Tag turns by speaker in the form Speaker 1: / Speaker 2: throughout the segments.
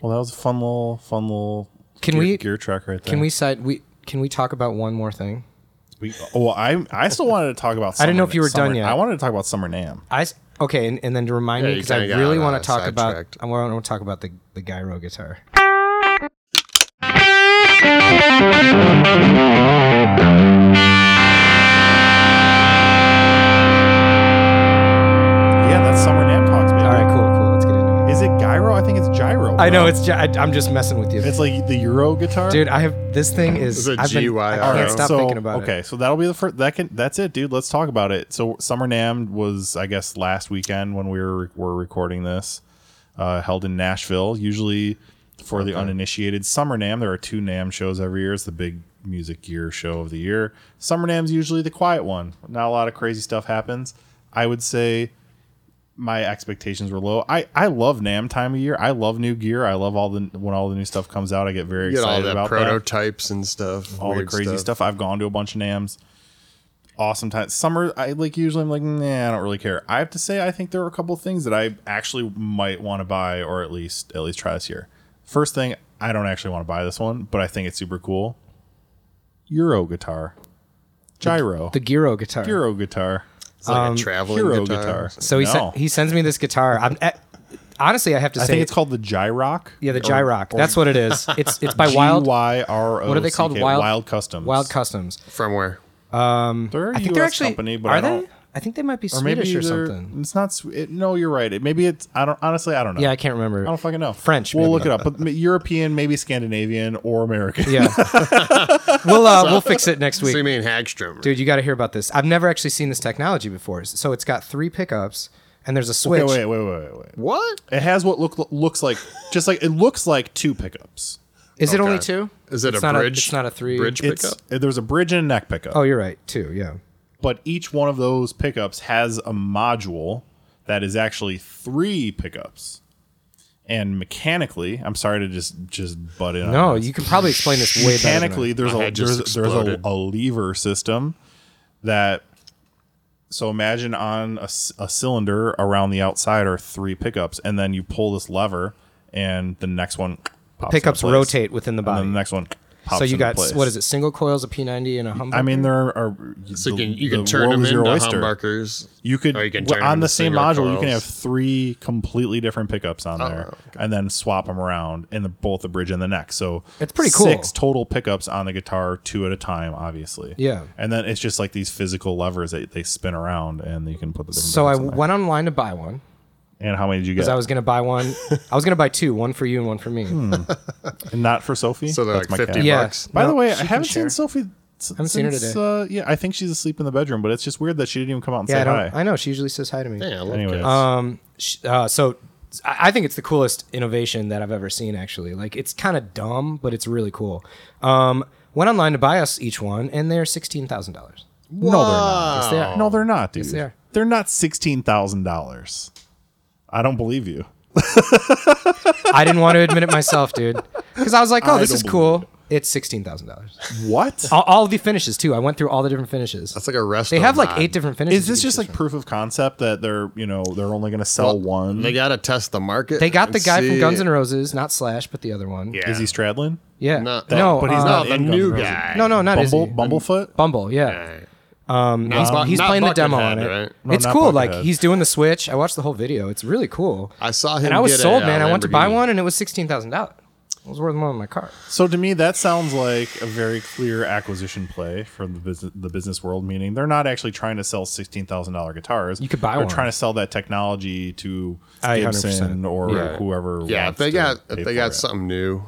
Speaker 1: Well, that was a fun little, fun little.
Speaker 2: Can
Speaker 1: gear,
Speaker 2: we-
Speaker 1: gear track right there?
Speaker 2: Can we side we can we talk about one more thing?
Speaker 1: we oh, I I still wanted to talk about. Summer,
Speaker 2: I didn't know if you were
Speaker 1: Summer-
Speaker 2: done yet.
Speaker 1: I wanted to talk about Summer Nam.
Speaker 2: I s- okay, and, and then to remind
Speaker 3: Yeah,
Speaker 2: me
Speaker 3: you
Speaker 2: because I
Speaker 3: kinda got
Speaker 2: really
Speaker 3: on
Speaker 2: want
Speaker 3: a
Speaker 2: to talk about
Speaker 3: sidetracked.
Speaker 2: I want to talk about the the gyro guitar.
Speaker 1: Yeah, that's Summer Nam talks. Baby.
Speaker 2: All right, cool, cool. Let's get into it.
Speaker 1: Is it gyro? I think it's gyro.
Speaker 2: I know
Speaker 1: bro.
Speaker 2: it's ju- I, I'm just messing with you,
Speaker 1: It's like the Euro guitar,
Speaker 2: dude. I have this thing is
Speaker 3: It's a
Speaker 2: I've been- I
Speaker 3: GYRO.
Speaker 2: can't
Speaker 3: Alright,
Speaker 2: stop
Speaker 1: so,
Speaker 2: thinking about it.
Speaker 1: Okay, so that'll be the first. That can. That's it, dude. Let's talk about it. So Summer Nam was, I guess, last weekend when we were were recording this, uh, held in Nashville. Usually, for the uninitiated, Summer Nam. There are two Nam shows every year. It's the big music year show of the year. Summer Nam's usually the quiet one. Not a lot of crazy stuff happens. I would say my expectations were low. I I love Nam time of year. I love new gear. I love all the when all the new stuff comes out. I get very
Speaker 3: You get
Speaker 1: excited
Speaker 3: all the
Speaker 1: about that
Speaker 3: prototypes and stuff.
Speaker 1: all the
Speaker 3: weird
Speaker 1: crazy stuff. I've gone to a bunch of NAMs. Awesome time. Summer, I like usually I'm like, nah, I don't really care. I have to say, I think there are a couple of things that I actually might want to buy or at least at least try this year. First thing, I don't actually want to buy this one, but I think it's super cool. Euro guitar, gyro,
Speaker 2: The gyro guitar.
Speaker 1: Euro guitar,
Speaker 3: It's like
Speaker 2: Um,
Speaker 3: a traveling
Speaker 1: Euro
Speaker 3: guitar.
Speaker 1: guitar.
Speaker 2: So he
Speaker 1: No.
Speaker 2: sent he sends me this guitar. I'm eh, honestly I have to
Speaker 1: I
Speaker 2: say
Speaker 1: think it's called the Gyrock.
Speaker 2: yeah the gyrock. That's what it is. It's it's by
Speaker 1: Wild.
Speaker 2: Wild
Speaker 1: What
Speaker 2: What are they called?
Speaker 1: Wild,
Speaker 2: Wild-
Speaker 1: Customs.
Speaker 2: Wild Customs.
Speaker 3: From where?
Speaker 1: They're a
Speaker 2: I think
Speaker 1: US
Speaker 2: they're actually
Speaker 1: company, but
Speaker 2: are
Speaker 1: I don't.
Speaker 2: they? I think they might be
Speaker 1: or maybe
Speaker 2: Swedish or
Speaker 1: they're-
Speaker 2: something.
Speaker 1: It's not. Swe- It, no, you're right. It, maybe it's. I don't. Honestly, I don't know.
Speaker 2: Yeah, I can't remember.
Speaker 1: I don't fucking know.
Speaker 2: French,
Speaker 1: We'll
Speaker 2: maybe.
Speaker 1: look it up. But m- European, maybe Scandinavian or American.
Speaker 2: Yeah. we'll uh, we'll fix it next week.
Speaker 3: So you mean Hagstrom?
Speaker 2: Dude, you got to hear about this. I've never actually seen this technology before. So it's got three pickups and there's a switch.
Speaker 1: Okay, wait, wait, wait, wait, wait.
Speaker 3: What?
Speaker 1: It has what look looks like. Just like it looks like two pickups.
Speaker 2: Is it only
Speaker 3: Okay.
Speaker 2: two?
Speaker 3: Is it
Speaker 2: It's
Speaker 3: a
Speaker 2: not
Speaker 3: bridge?
Speaker 2: it's not a three.
Speaker 3: Bridge
Speaker 1: It's uh,
Speaker 3: pickup?
Speaker 1: there's a bridge and a neck pickup.
Speaker 2: Oh, you're right. Two. Yeah.
Speaker 1: But each one of those pickups has a module that is actually three pickups. And mechanically, I'm sorry to just just butt in. on
Speaker 3: Oh,
Speaker 2: No,
Speaker 1: this.
Speaker 2: you can probably explain this way better. than I-
Speaker 1: mechanically there's
Speaker 3: My
Speaker 1: a
Speaker 3: head just
Speaker 1: there's, there's a,
Speaker 3: exploded.
Speaker 1: a lever system that so imagine on a, c- a cylinder around the outside are three pickups and then you pull this lever and the next one pops
Speaker 2: Pickups
Speaker 1: into place.
Speaker 2: rotate within the
Speaker 1: and
Speaker 2: body.
Speaker 1: then the next one pops
Speaker 2: so you
Speaker 1: into
Speaker 2: got
Speaker 1: place.
Speaker 2: what is it? Single coils, a P90, and a humbucker.
Speaker 1: I mean, there are
Speaker 3: So you
Speaker 1: the-
Speaker 3: can you
Speaker 1: the
Speaker 3: can turn
Speaker 1: world
Speaker 3: them
Speaker 1: is
Speaker 3: into
Speaker 1: your oyster.
Speaker 3: humbuckers.
Speaker 1: You could
Speaker 3: Or you can
Speaker 1: well,
Speaker 3: turn 'em
Speaker 1: on
Speaker 3: into
Speaker 1: the same
Speaker 3: single
Speaker 1: module. You can
Speaker 3: coils.
Speaker 1: have three completely different pickups
Speaker 2: Oh,
Speaker 1: on there, and then swap them around in the both the bridge and the neck. So
Speaker 2: It's pretty cool.
Speaker 1: Six total pickups on the guitar, two at a time, obviously.
Speaker 2: Yeah.
Speaker 1: and then it's just like these pickups on the guitar, two at a time, obviously. And then it's just like these physical levers that they spin around, and you can put the different
Speaker 2: so I
Speaker 1: pickups on there.
Speaker 2: went online to buy one
Speaker 1: and how many did you get?
Speaker 2: because I was gonna buy one. I was gonna buy two, one for you and one for me.
Speaker 1: and not for Sophie.
Speaker 3: So they're like 50
Speaker 2: Yeah.
Speaker 3: bucks.
Speaker 1: Hmm. By the
Speaker 2: No,
Speaker 1: way,
Speaker 2: she
Speaker 1: I
Speaker 2: can
Speaker 1: haven't
Speaker 2: share.
Speaker 1: seen Sophie. s-
Speaker 2: haven't seen her
Speaker 1: since,
Speaker 2: today.
Speaker 1: Uh, yeah, I think she's asleep in the bedroom, but it's just weird that she didn't even come out and
Speaker 2: Yeah, I
Speaker 1: say hi.
Speaker 2: don't. I know she usually says hi to me.
Speaker 3: Yeah, I love
Speaker 1: Anyways.
Speaker 3: kids.
Speaker 2: Um, sh- uh, so I I think it's the coolest innovation that I've ever seen. Actually, like it's kind of dumb, but it's really cool. Um, went online to buy us each one, and they're sixteen thousand dollars.
Speaker 1: No, they're not.
Speaker 2: Yes, they are.
Speaker 1: No, they're not, dude.
Speaker 2: Yes, they are.
Speaker 1: They're not sixteen thousand dollars. I don't believe you.
Speaker 2: I didn't want to admit it myself, dude, because I was like, "Oh,
Speaker 1: I
Speaker 2: this
Speaker 1: don't
Speaker 2: is cool." It's sixteen thousand dollars.
Speaker 1: What
Speaker 2: All, all the finishes too. I went through all the different finishes.
Speaker 3: That's like a rest.
Speaker 2: They have like eight different finishes.
Speaker 1: is this?
Speaker 2: you can
Speaker 1: Just
Speaker 2: choose
Speaker 1: like proof of concept that they're you know they're only going to sell one.
Speaker 3: They got to test the market.
Speaker 2: from. they got
Speaker 3: and
Speaker 2: the guy from
Speaker 3: see-
Speaker 2: Guns N' Roses, not Slash, but the other one.
Speaker 3: Yeah.
Speaker 1: Is he Stradlin?
Speaker 2: yeah.
Speaker 3: Not-
Speaker 2: no,
Speaker 1: but he's
Speaker 2: uh,
Speaker 3: No,
Speaker 1: not
Speaker 3: the
Speaker 1: in Guns
Speaker 3: new
Speaker 1: N' Roses.
Speaker 3: guy.
Speaker 2: no, no, not
Speaker 1: Bumble,
Speaker 2: Izzy.
Speaker 1: Bumblefoot.
Speaker 2: Bumble, yeah. Um, he's,
Speaker 3: Bu-
Speaker 2: he's
Speaker 3: not
Speaker 2: playing the demo
Speaker 3: Buckethead,
Speaker 2: on it.
Speaker 3: right?
Speaker 1: No,
Speaker 2: it's
Speaker 1: not
Speaker 2: cool. Like
Speaker 1: Buckethead.
Speaker 2: he's doing the switch. I watched the whole video. It's really cool.
Speaker 3: I saw him.
Speaker 2: And I was
Speaker 3: get
Speaker 2: sold,
Speaker 3: a, uh,
Speaker 2: man. I went to buy
Speaker 3: Lamborghini.
Speaker 2: one, and it was sixteen thousand dollars. It was worth more than my car.
Speaker 1: So to me, that sounds like a very clear acquisition play from the business the business world. Meaning they're not actually trying to sell sixteen thousand dollar guitars.
Speaker 2: You could buy
Speaker 1: They're
Speaker 2: one.
Speaker 1: trying to sell that technology to
Speaker 2: I-
Speaker 1: Gibson
Speaker 2: 100%.
Speaker 1: or
Speaker 2: Yeah.
Speaker 1: whoever.
Speaker 3: Yeah, if
Speaker 1: wants
Speaker 3: they
Speaker 1: to
Speaker 3: got
Speaker 1: pay
Speaker 3: if they
Speaker 1: for
Speaker 3: got
Speaker 1: it.
Speaker 3: something new,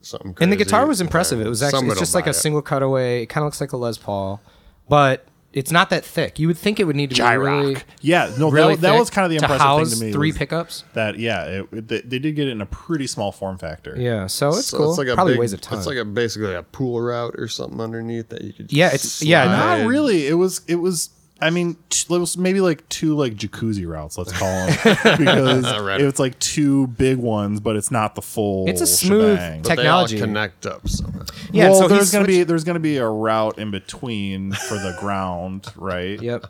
Speaker 3: something. Crazy, uh,
Speaker 2: And the guitar was
Speaker 3: then
Speaker 2: impressive. It was actually
Speaker 3: someone
Speaker 2: it's
Speaker 3: will
Speaker 2: just like a
Speaker 3: buy it.
Speaker 2: single cutaway. It kind of looks like a Les Paul, but it's not that thick. You would think it would need to be really,
Speaker 1: Yeah, no,
Speaker 2: really
Speaker 1: that, that
Speaker 2: thick
Speaker 1: was kind of the
Speaker 2: to
Speaker 1: impressive
Speaker 2: house
Speaker 1: thing to me.
Speaker 2: Three
Speaker 1: was-
Speaker 2: pickups.
Speaker 1: that yeah it, it- they, they did get it in a pretty small form factor
Speaker 2: Yeah, so it's
Speaker 3: So
Speaker 2: cool.
Speaker 3: It's like a
Speaker 2: Probably
Speaker 3: big,
Speaker 2: weighs a ton.
Speaker 3: It's like a basically a pool route or something underneath that you could.
Speaker 2: Yeah, it's- yeah,
Speaker 3: slide.
Speaker 1: not really it was it was i mean t- it was maybe like two like jacuzzi routes let's call them because
Speaker 3: Right.
Speaker 1: it's like two big ones but it's not the full
Speaker 2: It's a smooth
Speaker 1: shebang.
Speaker 2: tech-
Speaker 3: They all
Speaker 2: technology.
Speaker 3: connect up. somehow.
Speaker 2: yeah,
Speaker 1: well
Speaker 2: so
Speaker 1: there's gonna be there's gonna be a route in between for the ground right
Speaker 2: Yep.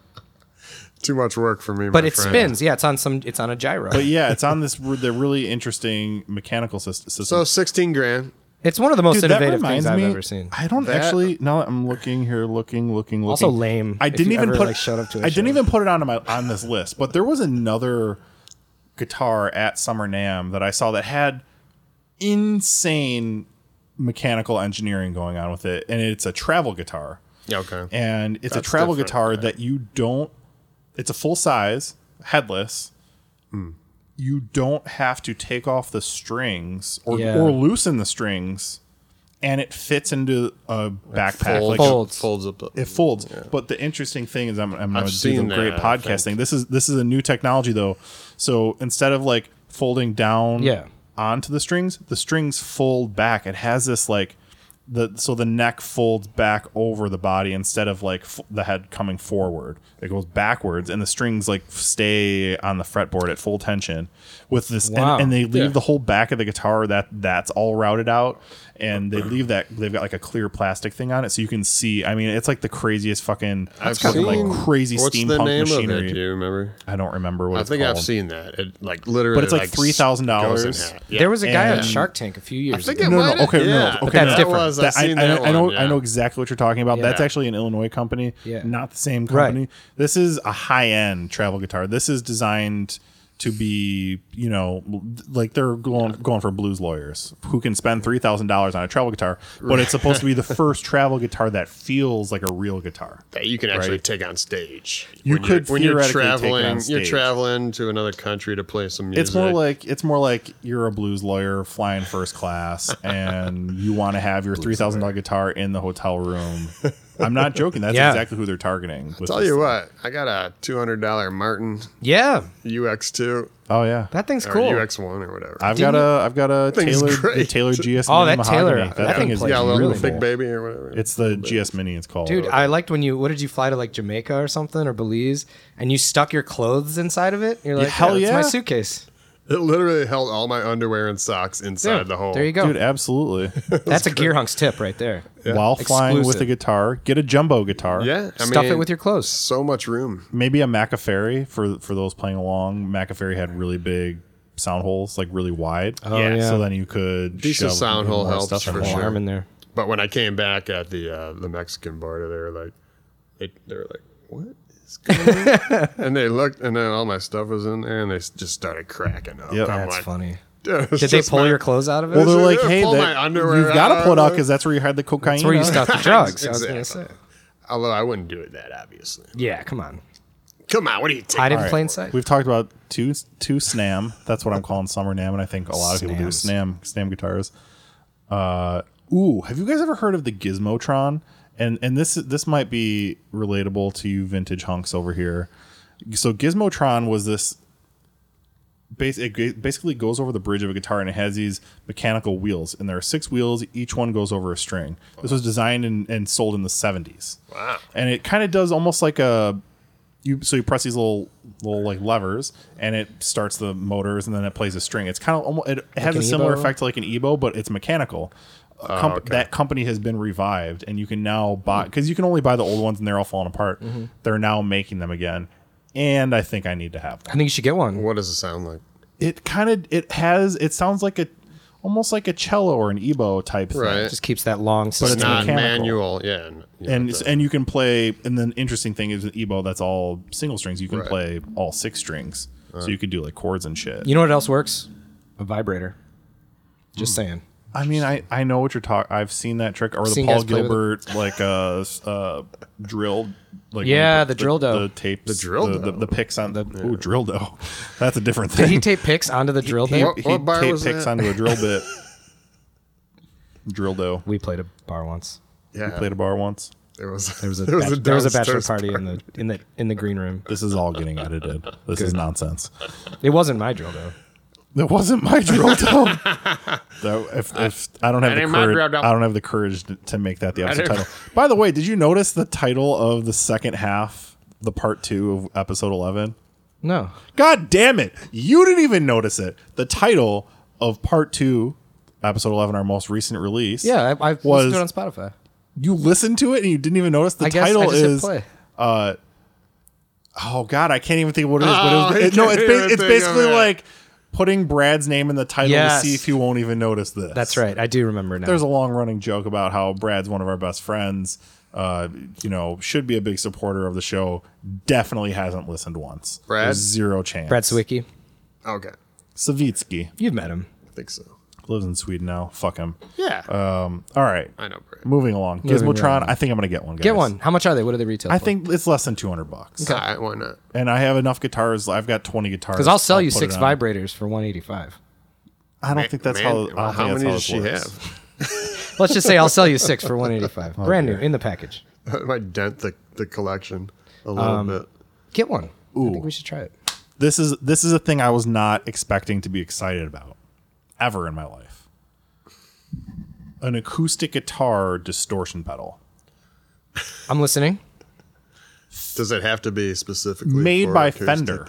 Speaker 3: too much work for me.
Speaker 2: But
Speaker 3: my
Speaker 2: it
Speaker 3: friend.
Speaker 2: spins. Yeah, it's on some. It's on a gyro.
Speaker 1: But yeah, it's on this r- the really interesting mechanical system.
Speaker 3: So sixteen grand.
Speaker 2: it's one of the most
Speaker 1: Dude, that
Speaker 2: innovative things
Speaker 1: reminds
Speaker 2: I've
Speaker 1: me-
Speaker 2: ever seen.
Speaker 1: I don't
Speaker 3: That-
Speaker 1: actually. Now that I'm looking here, looking, looking, looking.
Speaker 2: Also lame,
Speaker 1: I
Speaker 2: if
Speaker 1: didn't
Speaker 2: you
Speaker 1: even
Speaker 2: ever,
Speaker 1: put.
Speaker 2: like, showed up to a
Speaker 1: I didn't
Speaker 2: show.
Speaker 1: even put it on my on this list. But there was another guitar at Summer Nam that I saw that had insane mechanical engineering going on with it, and it's a travel guitar
Speaker 3: Yeah, okay.
Speaker 1: and it's
Speaker 3: That's
Speaker 1: a travel
Speaker 3: different,
Speaker 1: guitar that you don't it's a full size headless
Speaker 3: Hmm.
Speaker 1: you don't have to take off the strings or,
Speaker 2: Yeah.
Speaker 1: or loosen the strings and it fits into a backpack like a-
Speaker 2: Folds.
Speaker 3: folds up.
Speaker 1: it folds but the interesting thing is i'm, I'm gonna do
Speaker 3: seen
Speaker 1: the great
Speaker 3: that, I think.
Speaker 1: podcast thing this is this is a new technology though so instead of like folding down
Speaker 2: Yeah.
Speaker 1: onto the strings the strings fold back it has this like the so the neck folds back over the body instead of like f- the head coming forward it goes backwards and the strings like stay on the fretboard at full tension with this and-
Speaker 2: Wow.
Speaker 1: and, they leave
Speaker 3: Yeah.
Speaker 1: the whole back of the guitar that that's all routed out and they leave that they've got like a clear plastic thing on it so you can see i mean it's like the craziest fucking
Speaker 3: I've
Speaker 1: fucking,
Speaker 3: seen
Speaker 1: like crazy
Speaker 3: what's
Speaker 1: steampunk
Speaker 3: the name Of
Speaker 1: machinery
Speaker 3: it, do you remember?
Speaker 1: i don't remember what
Speaker 3: I
Speaker 1: it's
Speaker 3: think
Speaker 1: called
Speaker 3: I've seen that. It like literally.
Speaker 1: But it's like $3,000.
Speaker 3: goes in half. Yeah.
Speaker 2: There was a guy on
Speaker 1: And-
Speaker 2: Shark Tank a few years
Speaker 3: I think
Speaker 2: ago.
Speaker 3: it
Speaker 1: no, no,
Speaker 3: might
Speaker 1: okay, no,
Speaker 3: yeah,
Speaker 1: okay,
Speaker 2: that's
Speaker 3: that
Speaker 2: different.
Speaker 3: Was, I've
Speaker 1: That- I,
Speaker 3: seen
Speaker 1: I-
Speaker 3: that
Speaker 1: I know
Speaker 3: one, yeah.
Speaker 1: I know exactly what you're talking about. That's
Speaker 2: Yeah.
Speaker 1: actually an Illinois company,
Speaker 2: Yeah.
Speaker 1: not the same
Speaker 2: Right.
Speaker 1: company. This is a high end travel guitar. This is designed to be, you know, like they're going going for blues lawyers who can spend three thousand dollars on a travel guitar, but it's supposed to be the first travel guitar that feels like a real guitar.
Speaker 3: that you can actually
Speaker 1: Right.
Speaker 3: take on stage.
Speaker 1: You could theoretically take it on
Speaker 3: traveling. You're
Speaker 1: stage.
Speaker 3: traveling to another country to play some music.
Speaker 1: It's more like it's more like you're a blues lawyer flying first class, and you want to have your three thousand dollar guitar in the hotel room. I'm not joking. That's
Speaker 2: Yeah.
Speaker 1: exactly who they're targeting. with
Speaker 3: Tell
Speaker 1: this
Speaker 3: you
Speaker 1: thing.
Speaker 3: what, I got a two hundred dollar Martin
Speaker 2: Yeah,
Speaker 3: UX2
Speaker 1: Oh yeah,
Speaker 2: that thing's
Speaker 3: or
Speaker 2: cool.
Speaker 3: UX1 or whatever.
Speaker 1: I've got a I've got a
Speaker 3: thing's
Speaker 1: Taylor
Speaker 3: great.
Speaker 1: Taylor GS.
Speaker 2: Oh,
Speaker 1: Mini
Speaker 2: that Taylor-
Speaker 1: Mahogany.
Speaker 2: that thing plays
Speaker 3: yeah, a little
Speaker 2: really
Speaker 3: big
Speaker 2: cool.
Speaker 3: baby or whatever.
Speaker 1: It's the GS Mini. It's called.
Speaker 2: Dude, I liked when you. What did you fly to like Jamaica or something or Belize, and you stuck your clothes inside of it? You're like,
Speaker 1: Yeah, hell
Speaker 2: "That's my
Speaker 1: yeah."
Speaker 2: suitcase.
Speaker 3: it literally held all my underwear and socks inside
Speaker 2: Yeah,
Speaker 3: the hole.
Speaker 2: There you go.
Speaker 1: dude, absolutely.
Speaker 2: That's a gear hunks tip right there.
Speaker 1: While flying with a
Speaker 2: Exclusive.
Speaker 1: guitar, get a jumbo guitar.
Speaker 3: Yeah, I
Speaker 2: Stuff it
Speaker 3: mean,
Speaker 2: with your clothes.
Speaker 3: so much room.
Speaker 1: maybe a Macaferry for for those playing along. Macaferry had really big sound holes, like really wide. Oh
Speaker 2: Yeah. yeah.
Speaker 1: So then you could
Speaker 3: Decent
Speaker 1: shove
Speaker 3: sound hole
Speaker 1: more
Speaker 3: helps
Speaker 1: stuff in
Speaker 3: for
Speaker 1: there.
Speaker 3: sure.
Speaker 2: Alarm in there.
Speaker 3: But when I came back at the uh, the Mexican border, they were like, they, they were like, what is going on? and they looked, and then all my stuff was in there, and they s- just started cracking up.
Speaker 1: Yep.
Speaker 3: I'm
Speaker 2: That's
Speaker 3: like,
Speaker 2: funny.
Speaker 3: "Dude, it's
Speaker 2: Did they
Speaker 3: just
Speaker 2: pull
Speaker 3: my-
Speaker 2: your clothes out of it?
Speaker 1: Well, they're like,
Speaker 3: Yeah,
Speaker 1: hey,
Speaker 3: pull my
Speaker 1: that,
Speaker 3: underwear
Speaker 1: you've got to pull it out
Speaker 3: out.
Speaker 1: because that's where you had the cocaine.
Speaker 2: That's where you stuck the drugs. I was
Speaker 3: Exactly.
Speaker 2: gonna say.
Speaker 3: Although I wouldn't do it that obviously.
Speaker 2: Yeah, come on.
Speaker 3: Come on, what are you
Speaker 2: Hide
Speaker 3: taking?
Speaker 2: in plain sight.
Speaker 1: We've talked about two two snam. That's what I'm calling summer nam, and I think a lot of people do snam snam guitars. Uh, ooh, have you guys ever heard of the Gizmotron? And and this this might be relatable to you vintage hunks over here. So Gizmotron was this. bas- It g- basically goes over the bridge of a guitar and it has these mechanical wheels, and there are six wheels. Each one goes over a string. This was designed and, and sold in the 70s.
Speaker 3: Wow.
Speaker 1: And it kind of does almost like a you so you press these little little like levers and it starts the motors and then it plays a string. It's kind of almost it has
Speaker 2: an
Speaker 1: a similar
Speaker 2: Ebo?
Speaker 1: effect to like an Ebo, but it's mechanical. A comp-
Speaker 3: okay.
Speaker 1: That company has been revived, and you can now buy because you can only buy the old ones, and they're all falling apart. They're now making them again, and I think I need to have
Speaker 2: I
Speaker 1: one.
Speaker 2: think you should get one.
Speaker 3: What does it sound like?
Speaker 1: It kind of it has it sounds like a almost like a cello or an Ebo type thing.
Speaker 3: Right.
Speaker 2: Just keeps that long.
Speaker 1: it's
Speaker 2: sustain.
Speaker 3: Not
Speaker 1: mechanical.
Speaker 3: manual, yeah. n- you know,
Speaker 1: and
Speaker 3: the-
Speaker 1: and you can play. And then interesting thing is with Ebo, that's all single strings. You can play all six strings, so you could do like chords and shit.
Speaker 2: You know what else works? Hmm. A vibrator. Just saying.
Speaker 1: I mean, I, I know what you're talking. I've seen that trick or the
Speaker 2: Seen
Speaker 1: Paul
Speaker 2: guys play with it.
Speaker 1: Gilbert like uh s- uh drill like
Speaker 2: Yeah,
Speaker 1: when you
Speaker 2: the
Speaker 1: put
Speaker 2: dildo.
Speaker 1: the tapes the
Speaker 3: dildo.
Speaker 1: the, the, picks on the ooh dildo. That's a different
Speaker 2: Did
Speaker 1: thing.
Speaker 2: he tape pics onto the drill
Speaker 1: he,
Speaker 2: bit?
Speaker 3: What- what bar
Speaker 1: taped
Speaker 3: was
Speaker 1: picks
Speaker 3: that?
Speaker 1: onto a drill bit. dildo.
Speaker 2: We played a bar once.
Speaker 3: yeah,
Speaker 1: Played a bar once.
Speaker 3: there was
Speaker 2: There was a, bach- there was a bachelor
Speaker 3: downstairs
Speaker 2: party in the in the in the green room.
Speaker 1: This is all getting edited. This is nonsense.
Speaker 2: It wasn't my drill though.
Speaker 1: That wasn't my dildo. so if, if I don't have
Speaker 3: I
Speaker 1: the
Speaker 3: didn't mind
Speaker 1: courage,
Speaker 3: dildo.
Speaker 1: I don't have the courage to, to make that the episode
Speaker 3: didn't-
Speaker 1: title. By the way, did you notice the title of the second half, the part two of episode eleven?
Speaker 2: No.
Speaker 1: God damn it! You didn't even notice it. The title of part two, episode eleven, our most recent release.
Speaker 2: Yeah, I, I
Speaker 1: was
Speaker 2: listened to it on Spotify.
Speaker 1: you listened to it and you didn't even notice the
Speaker 2: I guess I
Speaker 1: title
Speaker 2: just hit
Speaker 1: is
Speaker 2: play.
Speaker 1: uh oh god, I can't even think of what it is. but
Speaker 3: Oh,
Speaker 1: it
Speaker 3: I
Speaker 1: was, it- no,
Speaker 3: can't
Speaker 1: it's
Speaker 3: even
Speaker 1: ba- it's
Speaker 3: think of
Speaker 1: basically
Speaker 3: it.
Speaker 1: like putting Brad's name in the title
Speaker 2: Yes.
Speaker 1: to see if you won't even notice this.
Speaker 2: That's right. I do remember now.
Speaker 1: There's a long running joke about how Brad's one of our best friends. Uh, you know, should be a big supporter of the show. Definitely hasn't listened once.
Speaker 3: Brad?
Speaker 1: There's zero chance.
Speaker 2: Brad Sawicki.
Speaker 3: Okay,
Speaker 1: Savitsky
Speaker 2: You've met him.
Speaker 3: I think so.
Speaker 1: lives in Sweden now. Fuck him.
Speaker 3: Yeah,
Speaker 1: Um, all right,
Speaker 3: I know, Brad.
Speaker 1: moving along.
Speaker 2: Moving
Speaker 1: Gizmotron.
Speaker 2: along.
Speaker 1: I think I'm gonna get one. Guys.
Speaker 2: Get one. How much are they? What do they retail?
Speaker 1: I
Speaker 2: for?
Speaker 1: think it's less than 200 bucks.
Speaker 3: All right, why not?
Speaker 1: and I have enough guitars. I've got twenty guitars.
Speaker 2: because I'll sell you
Speaker 1: put
Speaker 2: six
Speaker 1: it on.
Speaker 2: vibrators for 185.
Speaker 1: I don't think that's
Speaker 3: Man,
Speaker 1: how. I don't
Speaker 3: well,
Speaker 1: think
Speaker 3: how
Speaker 1: that's how
Speaker 3: many does
Speaker 1: this
Speaker 3: she
Speaker 1: works.
Speaker 3: have?
Speaker 2: Let's just say I'll sell you six for 185,
Speaker 1: Oh,
Speaker 2: brand new in the package.
Speaker 3: That might dent the, the collection a little
Speaker 1: Um,
Speaker 3: bit.
Speaker 2: Get one. I think we should try it.
Speaker 1: This is this is a thing I was not expecting to be excited about ever in my life. An acoustic guitar distortion pedal
Speaker 2: I'm listening.
Speaker 3: Does it have to be specifically
Speaker 1: made
Speaker 3: for
Speaker 1: by
Speaker 3: acoustic?
Speaker 1: Fender.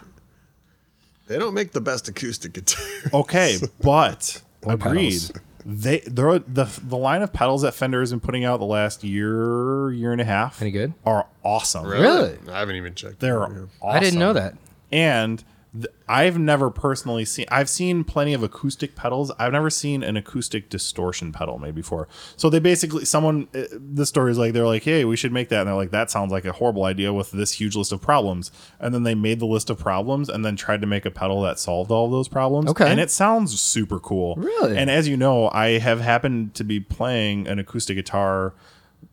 Speaker 3: They don't make the best acoustic guitar.
Speaker 1: Okay, but agreed.
Speaker 2: pedals.
Speaker 1: They they're, the the line of pedals that Fender has been putting out the last year year and a half
Speaker 2: Any good?
Speaker 1: are awesome.
Speaker 2: Really?
Speaker 3: I haven't even checked.
Speaker 1: They're
Speaker 3: Yeah.
Speaker 1: awesome.
Speaker 2: I didn't know that.
Speaker 1: and th- I've never personally seen. I've seen plenty of acoustic pedals. I've never seen an acoustic distortion pedal made before. So they basically someone. uh, The story is like they're like, hey, we should make that, and they're like, that sounds like a horrible idea with this huge list of problems. And then they made the list of problems and then tried to make a pedal that solved all of those problems.
Speaker 2: Okay.
Speaker 1: and it sounds super cool.
Speaker 2: Really?
Speaker 1: And as you know, I have happened to be playing an acoustic guitar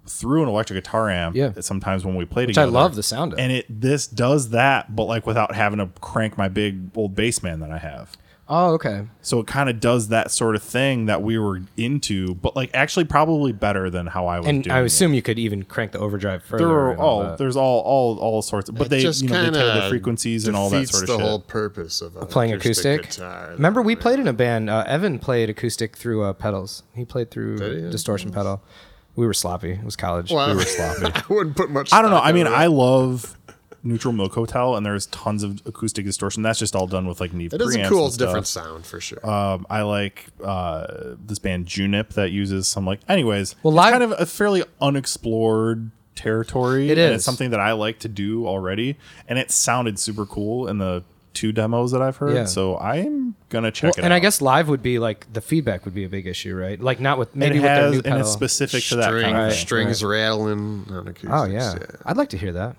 Speaker 1: through an electric guitar amp.
Speaker 2: Yeah.
Speaker 1: Sometimes when we play
Speaker 2: I
Speaker 1: together,
Speaker 2: love the sound of.
Speaker 1: and it this does that but like without having to crank my big old bassman that i have
Speaker 2: Oh, okay.
Speaker 1: so it kind of does that sort of thing that we were into but like actually probably better than how i was
Speaker 2: And
Speaker 1: doing
Speaker 2: I
Speaker 1: it.
Speaker 2: assume you could even crank the overdrive further.
Speaker 1: there are
Speaker 2: and all
Speaker 1: all
Speaker 2: that.
Speaker 1: there's all all all sorts of, but
Speaker 3: It
Speaker 1: they
Speaker 3: just
Speaker 1: you know they tailor
Speaker 3: kinda
Speaker 1: the frequencies and all that
Speaker 3: defeats
Speaker 1: sort of
Speaker 3: the
Speaker 1: shit
Speaker 3: whole purpose of a
Speaker 2: playing acoustic.
Speaker 3: guitar.
Speaker 2: Remember, we played in a band. Uh, Evan played acoustic through uh, pedals. He played through
Speaker 3: Did he?
Speaker 2: distortion pedal. We were sloppy. It was college.
Speaker 3: Well,
Speaker 2: we were sloppy.
Speaker 3: I wouldn't put much.
Speaker 1: i don't know
Speaker 3: stock
Speaker 1: i mean
Speaker 3: into
Speaker 1: i
Speaker 3: it.
Speaker 1: love neutral milk hotel and there's tons of acoustic distortion that's just all done with like neve
Speaker 3: It is a
Speaker 1: preamps
Speaker 3: cool,
Speaker 1: and stuff.
Speaker 3: different sound for sure.
Speaker 1: Um, I like uh, this band Junip that uses some like. Anyways,
Speaker 2: Well,
Speaker 1: well, it's
Speaker 2: live-
Speaker 1: kind of a fairly unexplored territory.
Speaker 2: It
Speaker 1: and
Speaker 2: is.
Speaker 1: it's something that I like to do already, and it sounded super cool in the two demos that I've heard.
Speaker 2: Yeah.
Speaker 1: So I'm gonna check it. out.
Speaker 2: and I guess live would be like the feedback would be a big issue, right? Like not with
Speaker 1: And
Speaker 2: maybe
Speaker 1: it
Speaker 2: with their
Speaker 1: has
Speaker 2: new
Speaker 1: and
Speaker 2: pedal.
Speaker 1: it's specific to
Speaker 3: String,
Speaker 1: that. Kind of thing.
Speaker 3: strings rattling on acoustics.
Speaker 2: oh yeah. I'd like to hear that.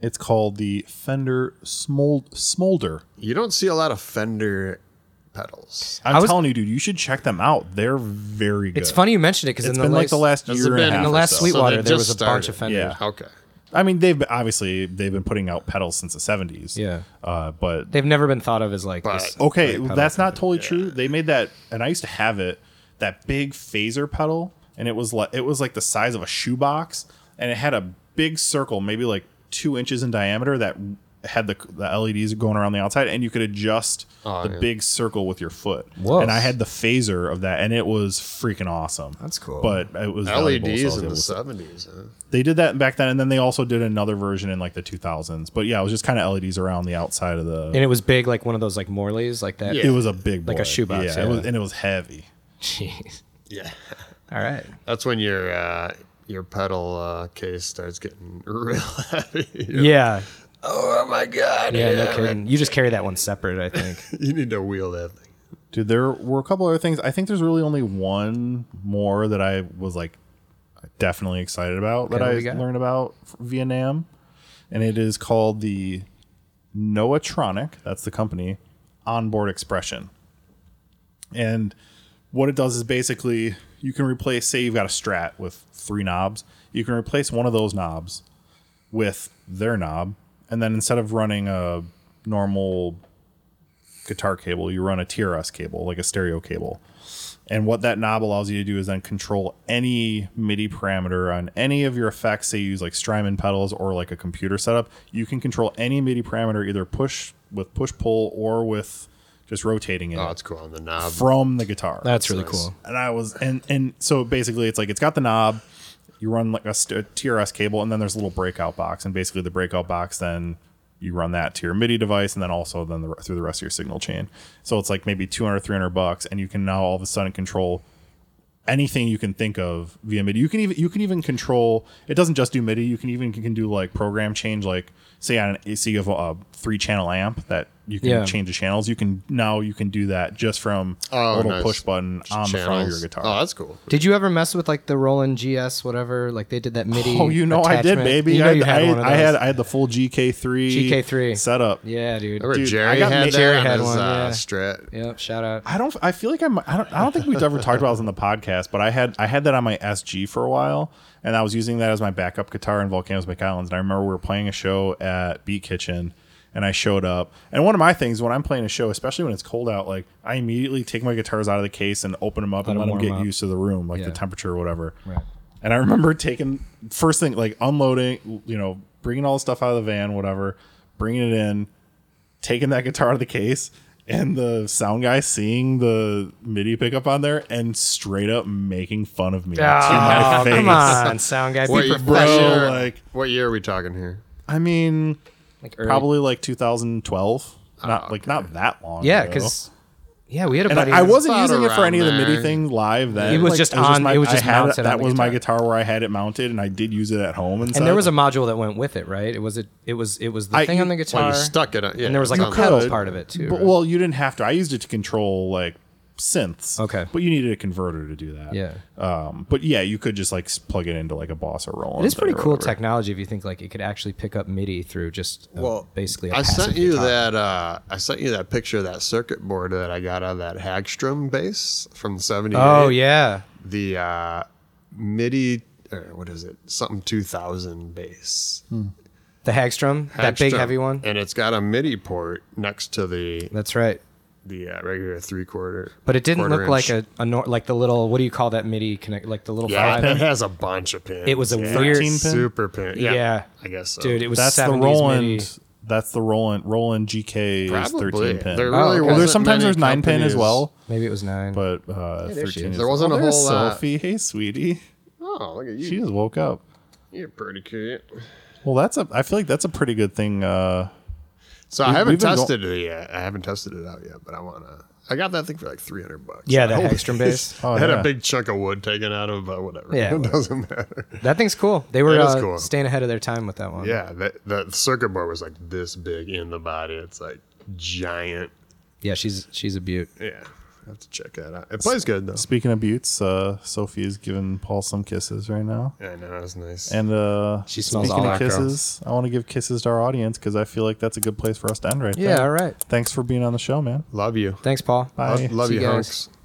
Speaker 1: It's called the Fender Smold- Smolder.
Speaker 3: You don't see a lot of Fender pedals.
Speaker 1: I'm
Speaker 2: I was-
Speaker 1: telling you, dude, you should check them out. They're very good.
Speaker 2: It's funny you mentioned it because in
Speaker 1: It's
Speaker 2: the
Speaker 1: been
Speaker 2: last,
Speaker 1: like the last
Speaker 3: Has it
Speaker 1: year and
Speaker 3: been
Speaker 1: a
Speaker 3: in
Speaker 1: half.
Speaker 2: in the
Speaker 1: or
Speaker 2: last
Speaker 1: so.
Speaker 2: Sweetwater
Speaker 3: they
Speaker 2: there was
Speaker 3: just
Speaker 2: a bunch of
Speaker 3: started.
Speaker 2: Fenders.
Speaker 1: Yeah.
Speaker 3: Okay.
Speaker 1: I mean, they've been, obviously they've been putting out pedals since the 70s.
Speaker 2: Yeah.
Speaker 1: uh, but
Speaker 2: They've never been thought of as like
Speaker 3: But-
Speaker 2: this.
Speaker 1: Okay,
Speaker 2: pedal
Speaker 1: that's not totally true. They made that, and I used to have it, that big phaser pedal, and it was like it was like the size of a shoebox, and it had a big circle, maybe like two inches in diameter, that had the the LEDs going around the outside, and you could adjust
Speaker 3: Oh,
Speaker 1: the
Speaker 3: yeah.
Speaker 1: big circle with your foot.
Speaker 2: Whoa.
Speaker 1: And I had the phaser of that, and it was freaking awesome.
Speaker 2: That's cool.
Speaker 1: But it was valuable, so I was
Speaker 3: LEDs E in
Speaker 1: able
Speaker 3: the
Speaker 1: to-
Speaker 3: seventies. Huh?
Speaker 1: they did that back then, and then they also did another version in like the 2000s. But yeah, it was just kind of LEDs around the outside of the
Speaker 2: And it was big, like one of those like Morleys, like that.
Speaker 3: Yeah.
Speaker 1: it was a big
Speaker 2: Like a
Speaker 1: boy.
Speaker 2: shoebox,
Speaker 1: It
Speaker 2: yeah.
Speaker 1: was, and it was heavy.
Speaker 2: Jeez.
Speaker 3: Yeah.
Speaker 2: All right.
Speaker 3: That's when your uh, your pedal uh, case starts getting real heavy. You're like,
Speaker 2: Yeah.
Speaker 3: Oh my god.
Speaker 2: Yeah. no kidding. You just carry that one separate, I think.
Speaker 3: You need to wheel that thing.
Speaker 1: Dude, there were a couple other things. I think there's really only one more that I was like definitely excited about that
Speaker 2: what
Speaker 1: I
Speaker 2: we got?
Speaker 1: learned about f- via NAMM. And it is called the Noatronic, that's the company, onboard expression. And what it does is basically you can replace, say you've got a strat with three knobs, you can replace one of those knobs with their knob. And then instead of running a normal guitar cable, you run a TRS cable, like a stereo cable. And what that knob allows you to do is then control any MIDI parameter on any of your effects. Say you use like Strymon pedals or like a computer setup, you can control any MIDI parameter either push with push pull or with just rotating it
Speaker 3: Oh, it's cool on the knob.
Speaker 1: from the guitar
Speaker 2: That's really
Speaker 3: nice.
Speaker 2: cool.
Speaker 1: and I was and and so basically it's like it's got the knob, you run like a, st- a TRS cable, and then there's a little breakout box, and basically the breakout box then you run that to your MIDI device, and then also then the, re- through the rest of your signal chain. So it's like maybe 200, 300 bucks, and you can now all of a sudden control anything you can think of via MIDI. You can even you can even control. It doesn't just do MIDI. You can even you can do like program change, like say on an say you have a, a three channel amp that you can
Speaker 2: Yeah.
Speaker 1: change the channels. You can now you can do that just from a
Speaker 3: Oh,
Speaker 1: little
Speaker 3: nice.
Speaker 1: push button on the front of your
Speaker 3: Channels.
Speaker 1: guitar.
Speaker 3: Oh, that's cool.
Speaker 2: Did you ever mess with like the Roland GS whatever? Like they did that MIDI.
Speaker 1: Oh, you know I did,
Speaker 2: attachment?
Speaker 1: baby.
Speaker 2: You know
Speaker 1: I,
Speaker 2: you had
Speaker 1: I,
Speaker 2: one of
Speaker 1: I had
Speaker 2: those.
Speaker 1: I had the full GK3
Speaker 2: GK3.
Speaker 1: setup.
Speaker 2: yeah, dude.
Speaker 3: Remember
Speaker 1: Dude, I
Speaker 3: Jerry
Speaker 1: got
Speaker 3: had
Speaker 1: Mick-
Speaker 3: that
Speaker 2: Jerry
Speaker 3: on
Speaker 2: had
Speaker 3: his,
Speaker 2: one,
Speaker 3: uh,
Speaker 2: yeah.
Speaker 3: Strat.
Speaker 2: Yep. Shout out.
Speaker 1: I don't. I feel like I'm. I don't. I don't think we've ever talked about this on the podcast, but I had. I had that on my SG for a while, and I was using that as my backup guitar in Volcanoes McIslands. And I remember we were playing a show at Beat Kitchen, and I showed up. And one of my things when I'm playing a show, especially when it's cold out, like I immediately take my guitars out of the case and open them up and
Speaker 2: them
Speaker 1: let them
Speaker 2: warm
Speaker 1: get
Speaker 2: up.
Speaker 1: used to the room, like the
Speaker 2: Yeah.
Speaker 1: temperature or whatever.
Speaker 2: Right.
Speaker 1: And I remember taking first thing like unloading, you know, bringing all the stuff out of the van, whatever, bringing it in, taking that guitar out of the case, and the sound guy seeing the MIDI pickup on there and straight up making fun of me to my
Speaker 2: Oh,
Speaker 1: face.
Speaker 2: come on, sound guy. Be
Speaker 3: What, year-
Speaker 2: prof-
Speaker 1: professional,
Speaker 3: what year-
Speaker 1: like-
Speaker 3: what year are we talking here?
Speaker 1: I mean,
Speaker 2: like early-
Speaker 1: probably like 2012. Not like not that long.
Speaker 2: Ah, Yeah,
Speaker 1: ago.
Speaker 2: because yeah, we had a
Speaker 1: And
Speaker 2: buddy.
Speaker 1: I, I
Speaker 2: who-
Speaker 1: wasn't
Speaker 3: about
Speaker 1: using it for
Speaker 3: around
Speaker 1: any of the MIDI
Speaker 3: there.
Speaker 1: thing live then.
Speaker 2: It was
Speaker 1: Like,
Speaker 2: just on- it was
Speaker 1: I
Speaker 2: just
Speaker 1: had
Speaker 2: mounted on
Speaker 1: that
Speaker 2: the
Speaker 1: was my
Speaker 2: guitar.
Speaker 1: guitar where I had it mounted, and I did use it at home. And,
Speaker 2: And there was a module that went with it, right? It was it. It was it was the
Speaker 1: I-
Speaker 2: thing on the
Speaker 3: Well,
Speaker 2: guitar.
Speaker 3: you stuck it on. Yeah,
Speaker 2: and there was like
Speaker 3: it's
Speaker 2: a
Speaker 3: on
Speaker 1: could,
Speaker 2: pedal part of it too.
Speaker 1: But,
Speaker 2: right?
Speaker 1: Well, you didn't have to. I used it to control like synths.
Speaker 2: Okay.
Speaker 1: But you needed a converter to do that.
Speaker 2: Yeah.
Speaker 1: Um. But yeah, you could just like s- plug it into like a Boss or Roland.
Speaker 2: It is pretty
Speaker 1: or
Speaker 2: cool
Speaker 1: whatever.
Speaker 2: technology if you think like it could actually pick up MIDI through just uh,
Speaker 3: Well,
Speaker 2: basically. I
Speaker 3: I sent you that. Uh, I sent you that picture of that circuit board that I got on that Hagstrom bass from '78.
Speaker 2: Oh yeah,
Speaker 3: the uh, MIDI or what is it? Something 2000 bass.
Speaker 2: the Hagstrom, Hmm. that big
Speaker 3: Hagstrom.
Speaker 2: heavy one.
Speaker 3: and it's got a MIDI port next to the
Speaker 2: That's right.
Speaker 3: the uh, regular three quarter.
Speaker 2: But it didn't look
Speaker 3: quarter
Speaker 2: like
Speaker 3: inch.
Speaker 2: a, a nor- like the little what do you call that MIDI connect like the little
Speaker 3: Yeah, it
Speaker 2: five.
Speaker 3: has a bunch of pins.
Speaker 2: It was a
Speaker 3: yeah.
Speaker 1: 13
Speaker 2: weird
Speaker 1: pin?
Speaker 3: super pin. Yeah,
Speaker 2: Yeah.
Speaker 3: I guess so.
Speaker 2: dude. It was
Speaker 1: That's the
Speaker 2: 70s
Speaker 1: Roland.
Speaker 2: MIDI.
Speaker 1: That's the Roland. Roland GK is
Speaker 3: Probably.
Speaker 1: thirteen pin.
Speaker 3: There
Speaker 2: Oh,
Speaker 3: really
Speaker 1: well,
Speaker 2: okay.
Speaker 3: wasn't
Speaker 1: there's sometimes
Speaker 3: many
Speaker 1: there's nine pin as
Speaker 3: companies-
Speaker 1: well,
Speaker 2: Maybe it was nine.
Speaker 1: but uh, thirteen.
Speaker 2: is.
Speaker 1: Is,
Speaker 3: There wasn't
Speaker 1: oh,
Speaker 3: a
Speaker 1: there's
Speaker 3: whole uh, lot.
Speaker 1: Sophie, hey sweetie,
Speaker 3: Oh, look at
Speaker 1: she
Speaker 3: you.
Speaker 1: just woke up.
Speaker 3: You're pretty cute.
Speaker 1: Well, that's a. I feel like that's a pretty good thing. Uh,
Speaker 3: So I
Speaker 1: We've-
Speaker 3: haven't
Speaker 1: we've been go-
Speaker 3: tested it yet. I haven't tested it out yet, but I wanna. I got that thing for like three hundred bucks.
Speaker 2: yeah, the
Speaker 3: I hope
Speaker 2: Hagstrom bass.
Speaker 1: Oh,
Speaker 3: I had
Speaker 1: yeah.
Speaker 3: a big chunk of wood taken out of, but whatever.
Speaker 2: Yeah,
Speaker 3: it doesn't matter.
Speaker 2: That thing's cool. They were
Speaker 3: It is
Speaker 2: uh,
Speaker 3: cool.
Speaker 2: staying ahead of their time with that one.
Speaker 3: Yeah, that the circuit board was like this big in the body. It's like giant.
Speaker 2: yeah. She's she's a beaut.
Speaker 3: Yeah, I have to check that out. It plays good though.
Speaker 1: speaking of buttes, uh, Sophie is giving Paul some kisses right now.
Speaker 3: Yeah, I know that's nice.
Speaker 1: And uh,
Speaker 2: She smells
Speaker 1: speaking
Speaker 2: all
Speaker 1: of
Speaker 2: that girl.
Speaker 1: kisses, I want to give kisses to our audience because I feel like that's a good place for us to end right
Speaker 2: Yeah.
Speaker 1: there.
Speaker 2: All right.
Speaker 1: Thanks for being on the show, man.
Speaker 3: love you.
Speaker 2: Thanks, Paul.
Speaker 1: Bye.
Speaker 3: Love, love
Speaker 2: See
Speaker 3: you,
Speaker 2: you guys.
Speaker 3: hunks.